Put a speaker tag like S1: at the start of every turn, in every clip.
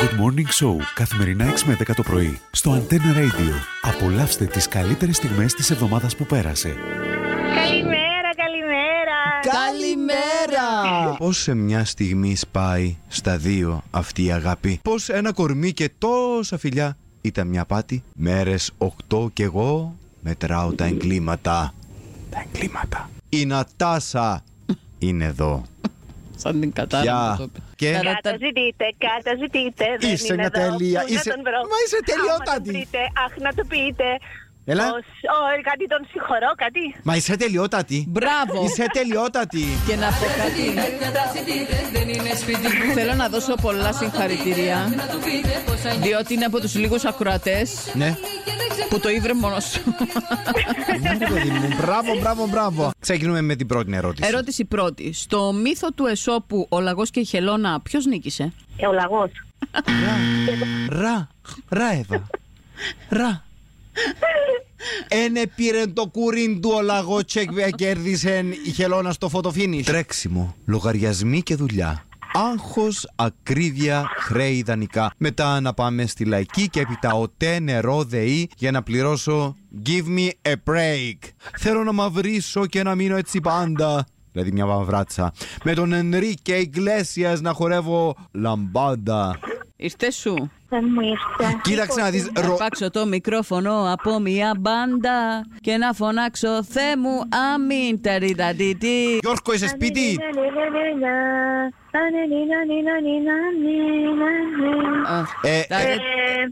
S1: Good Morning Show καθημερινά 6 με 10 το πρωί στο Antenna Radio. Απολαύστε τις καλύτερες στιγμές της εβδομάδας που πέρασε.
S2: Καλημέρα, καλημέρα.
S3: Καλημέρα!
S4: Πώς σε μια στιγμή σπάει στα δύο αυτή η αγάπη. Πώς ένα κορμί και τόσα φιλιά ήταν μια πάτη. Μέρες 8 κι εγώ μετράω τα εγκλήματα. Τα εγκλήματα. Η Νατάσα είναι εδώ.
S3: Σαν την κατάλαβα.
S4: Πια.
S3: το είπε.
S4: Και
S3: Καλά.
S2: Καταζητείτε, καταζητείτε. δεν
S4: Είσαι
S2: είναι
S4: μια
S2: εδώ.
S4: τέλεια,
S2: Πού να
S4: είσαι-
S2: τον βρω.
S4: Μα είσαι
S2: Άμα
S4: τελειότατη.
S2: τον βρείτε, Αχ, να το πείτε.
S4: Έλα.
S2: Ως, ο, κάτι τον συγχωρώ, κάτι.
S4: Μα είσαι τελειότατη.
S3: Μπράβο!
S4: Είσαι τελειότατη.
S3: Και να πω κάτι. Θέλω να δώσω πολλά συγχαρητήρια. Διότι είναι από τους λίγους ακροατές
S4: ναι.
S3: που το ήβρε μόνος σου.
S4: Ναι, ρε παιδί μου. Μπράβο, μπράβο, μπράβο. Ξεκινούμε με την πρώτη ερώτηση.
S3: Ερώτηση πρώτη. Στο μύθο του Εσώπου, ο λαγός και η χελώνα, ποιος νίκησε.
S2: Ε, ο λαγός.
S4: Ρα, ράεβα. Ρα. Ένε πήρε το κούριν του ο λαγός τσεκ κέρδισε η χελώνα στο φωτοφίνι. Τρέξιμο, λογαριασμοί και δουλειά. Άγχος, ακρίβεια, χρέη ιδανικά. Μετά να πάμε στη λαϊκή και έπειτα οτέ νερό δεή για να πληρώσω Give me a break. Θέλω να μαυρίσω και να μείνω έτσι πάντα. Δηλαδή μια μαυράτσα. Με τον Ενρίκε Ιγκλέσιας να χορεύω λαμπάντα.
S3: Ήρθε σου.
S2: Δεν μου ήρθε.
S4: Κοίταξε να δεις
S3: Να
S4: ρο...
S3: πάξω το μικρόφωνο από μια μπάντα και να φωνάξω Θεέ μου αμήν ταριτατιτή.
S4: Γιώργο είσαι σπίτι
S2: Ναι, ναι,
S4: Ε,
S3: Τα-
S4: ε,
S2: Ε,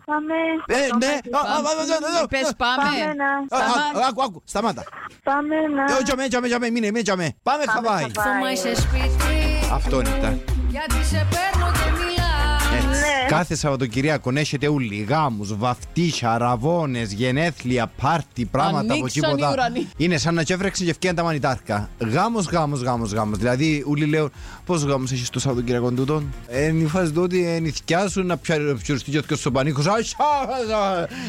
S2: Πάμε.
S4: Ε, ναι
S2: Πάμε,
S4: α, α, α, α, α, α, α,
S3: Πες
S4: α,
S3: πάμε.
S2: να-
S4: α, α,
S3: Σταμά-
S4: Άκου, άκου, σταμάτα
S2: Πάμε να.
S4: Ε, Τζαμέ, τζαμέ, τζαμέ, μείνε, μείνε, τζαμέ Πάμε Χαβάη
S2: Χαβάη.
S4: Αυτό ήταν
S5: Γιατί σε παίρνω και μιλάω
S4: Έτσι.
S2: Ναι.
S4: Κάθε Σαββατοκυριακό έχετε ούλοι γάμου, βαφτίσια, ραβώνε, γενέθλια, πάρτι, πράγματα από
S3: Ανοίξαν οι
S4: τίποτα.
S3: ουρανοί.
S4: Είναι σαν να τσέφρεξε και ευκαιρία τα μανιτάρκα. Γάμος, γάμος, γάμος, γάμος. Δηλαδή, ούλοι λέω, πόσο γάμο έχεις το Σαββατοκυριακό τούτον. Ε, μη φας τότε ε, νηθιάσουν να πιοριστεί και ο σοπανίχο.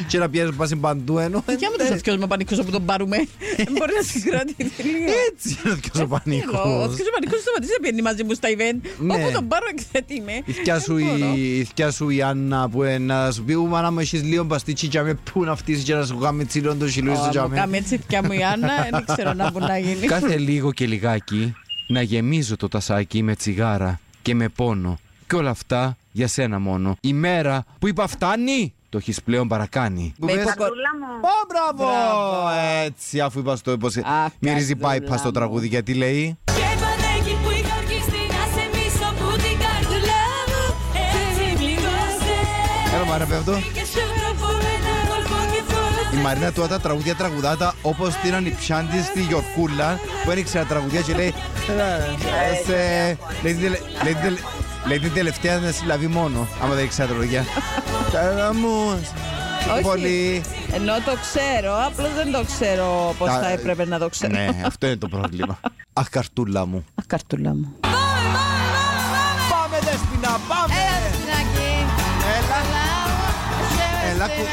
S4: Και να πιέζει πα παντού ενώ.
S3: Για με
S4: ε,
S3: τον αθιό μου πανικό από τον πάρουμε. Δεν Ε, μπορεί να συγκρατηθεί λίγο.
S4: Έτσι
S3: Ε,
S4: είναι ο
S3: Θέλω. Ο
S4: σοπανίχο.
S3: αθιό μου πανικό σταματήσει να πηγαίνει μαζί μου στα event.
S4: Ναι.
S3: Όπου τον πάρω εκθετήμαι.
S4: Η θκιά
S3: Ε,
S4: σου, η, η θκιά σου η Άννα που ε, να σου πει «Ου, μάνα μου έχεις λίγο μπαστίτσι και με πού να φτύσεις και να σου γάμε τσιλόν το χιλούι στο τζαμί».
S3: Κάμε έτσι θκιά μου η Άννα, δεν ξέρω να μπορεί να γίνει.
S4: Κάθε λίγο και λιγάκι να γεμίζω το τασάκι με τσιγάρα και με πόνο. Και όλα αυτά για σένα μόνο. Η μέρα που είπα φτάνει, το έχεις πλέον παρακάνει.
S3: Με υποκο-
S2: Καρδούλα μου.
S4: Ω, μπράβο!
S3: Μπράβο.
S4: Έτσι, αφού είπα στο πως
S3: Αχ,
S4: μυρίζει
S3: καρδούλα
S4: πάιπα στο
S3: μου.
S4: τραγούδι, γιατί λέει.
S5: Και παντάκι που είχα αρχίσει να σε μίσω που την καρδουλά μου Έτσι πληγώσε
S4: Έλα, μάρα, πέφτω.
S5: Και σε βρω ένα κολπό και
S4: Η
S5: φόλασε
S4: Μαρίνα του τα τραγουδιά τραγουδάτα όπως την ανιψιάντη στη Γιορκούλα που έριξε τα τραγουδιά και λέει. «Ε, σε- λέει την τελε- λέει την τελε- Λέει την τελευταία να συλλαβεί μόνο, άμα δεν ήξερα τα τραγουδιά. Καλά μου,
S3: Όχι.
S4: πολύ.
S3: Ενώ το ξέρω, απλώς δεν το ξέρω πώς
S4: Τα-
S3: θα έπρεπε να το ξέρω.
S4: Ναι, αυτό είναι το πρόβλημα. Αχ, καρτούλα μου.
S3: Αχ, καρτούλα μου.
S4: Πάμε, Δεσπινά, πάμε! Έλα, Έλα, κου-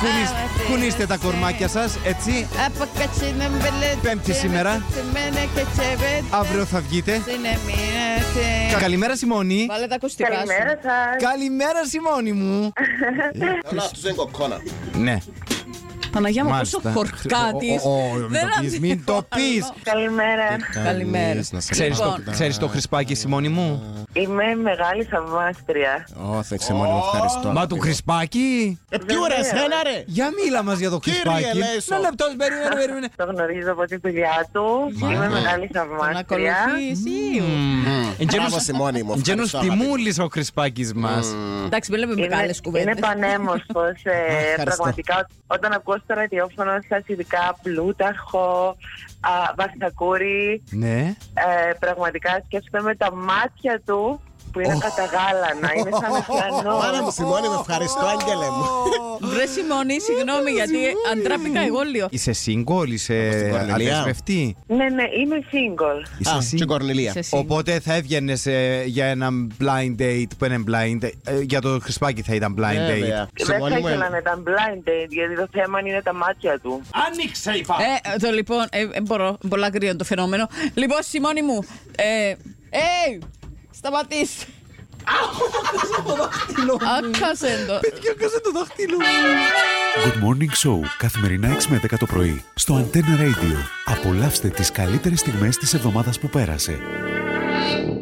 S4: κουνήσ- κουνήστε τα κορμάκια σας, έτσι. Πέμπτη σήμερα. Αύριο θα βγείτε. Καλημέρα, Σιμώνη.
S3: Βάλε τα ακουστικά σου.
S2: Καλημέρα σας.
S4: Καλημέρα, Σιμώνη μου.
S6: Καλά, τους δεν κοκκώναν.
S4: Ναι.
S3: Παναγιά μου, πόσο
S4: Μάλιστα.
S3: χορκά
S4: Ο-
S3: της.
S4: ο- ο- ο- Μην το πεις, μην το πεις.
S2: Καλημέρα.
S4: Ε.
S3: Καλημέρα.
S4: Ξέρεις το,
S3: Λοιπόν.
S4: ξέρεις το Χρυσπάκι Σιμώνη μου.
S2: Είμαι μεγάλη θαυμάστρια.
S6: Ω, θα ξεμόνιμο, ευχαριστώ.
S4: Μα του Χρυσπάκι.
S7: Ποιο ρε, σένα ρε!
S4: Για μίλα μας για το
S6: Κύριε
S4: Χρυσπάκι.
S6: Λέσο.
S4: Ένα λεπτό, περίμενε, περίμενε.
S2: Το γνωρίζω από την δουλειά του. Είμαι μεγάλη
S3: Τον
S2: θαυμάστρια.
S3: ακολουθήσει.
S6: Μπράβο, Σιμώνη μου,
S4: Γένος
S6: ευχαριστώ,
S4: τιμούλης ο Χρυσπάκης μας.
S3: Εντάξει, μην λέμε μεγάλε κουβέντε.
S2: είναι πανέμορφος, ε, πραγματικά. Όταν ακούω στο ραδιόφωνο σας, ειδικά Πλούταρχο, α, Βαρθακούρη,
S4: Ναι.
S2: ε, πραγματικά σκέφτομαι με τα μάτια του που είναι καταγάλανα, είναι σαν ωκεανό.
S6: Μάνα μου, Σιμώνη μου, ευχαριστώ, άγγελε μου.
S3: Βρε Σιμώνη, συγγνώμη, γιατί αντράπηκα εγώ λίγο.
S4: Είσαι single, είσαι
S6: στην Κορνελία.
S4: αδεσμευτή.
S2: Ναι, ναι, είμαι single.
S4: Είσαι
S6: Α, και η
S4: single.
S6: Κορνελία.
S3: Είσαι εσύ.
S4: Οπότε θα έβγαινες για ένα blind date που είναι blind. ε, για το Χρυσπάκι θα ήταν blind date.
S6: Βέβαια.
S2: Δεν θα
S6: Σιμώνη μου,
S2: ήθελα να ήταν blind date, γιατί το θέμα είναι τα μάτια του.
S3: Ε, το λοιπόν, ε, ε, μπορώ, πολλά κρύο το φαινόμενο. Λοιπόν, Σιμώνη μου, ε, ε, σταματήσ.
S4: το δάχτυλο μου.
S7: Άκασε το.
S4: Παιδιά, κάσε το δάχτυλο μου.
S1: Good Morning Show, καθημερινά 6 με 10 το πρωί, στο Antenna Radio. Απολαύστε τις καλύτερες στιγμές της εβδομάδας που πέρασε.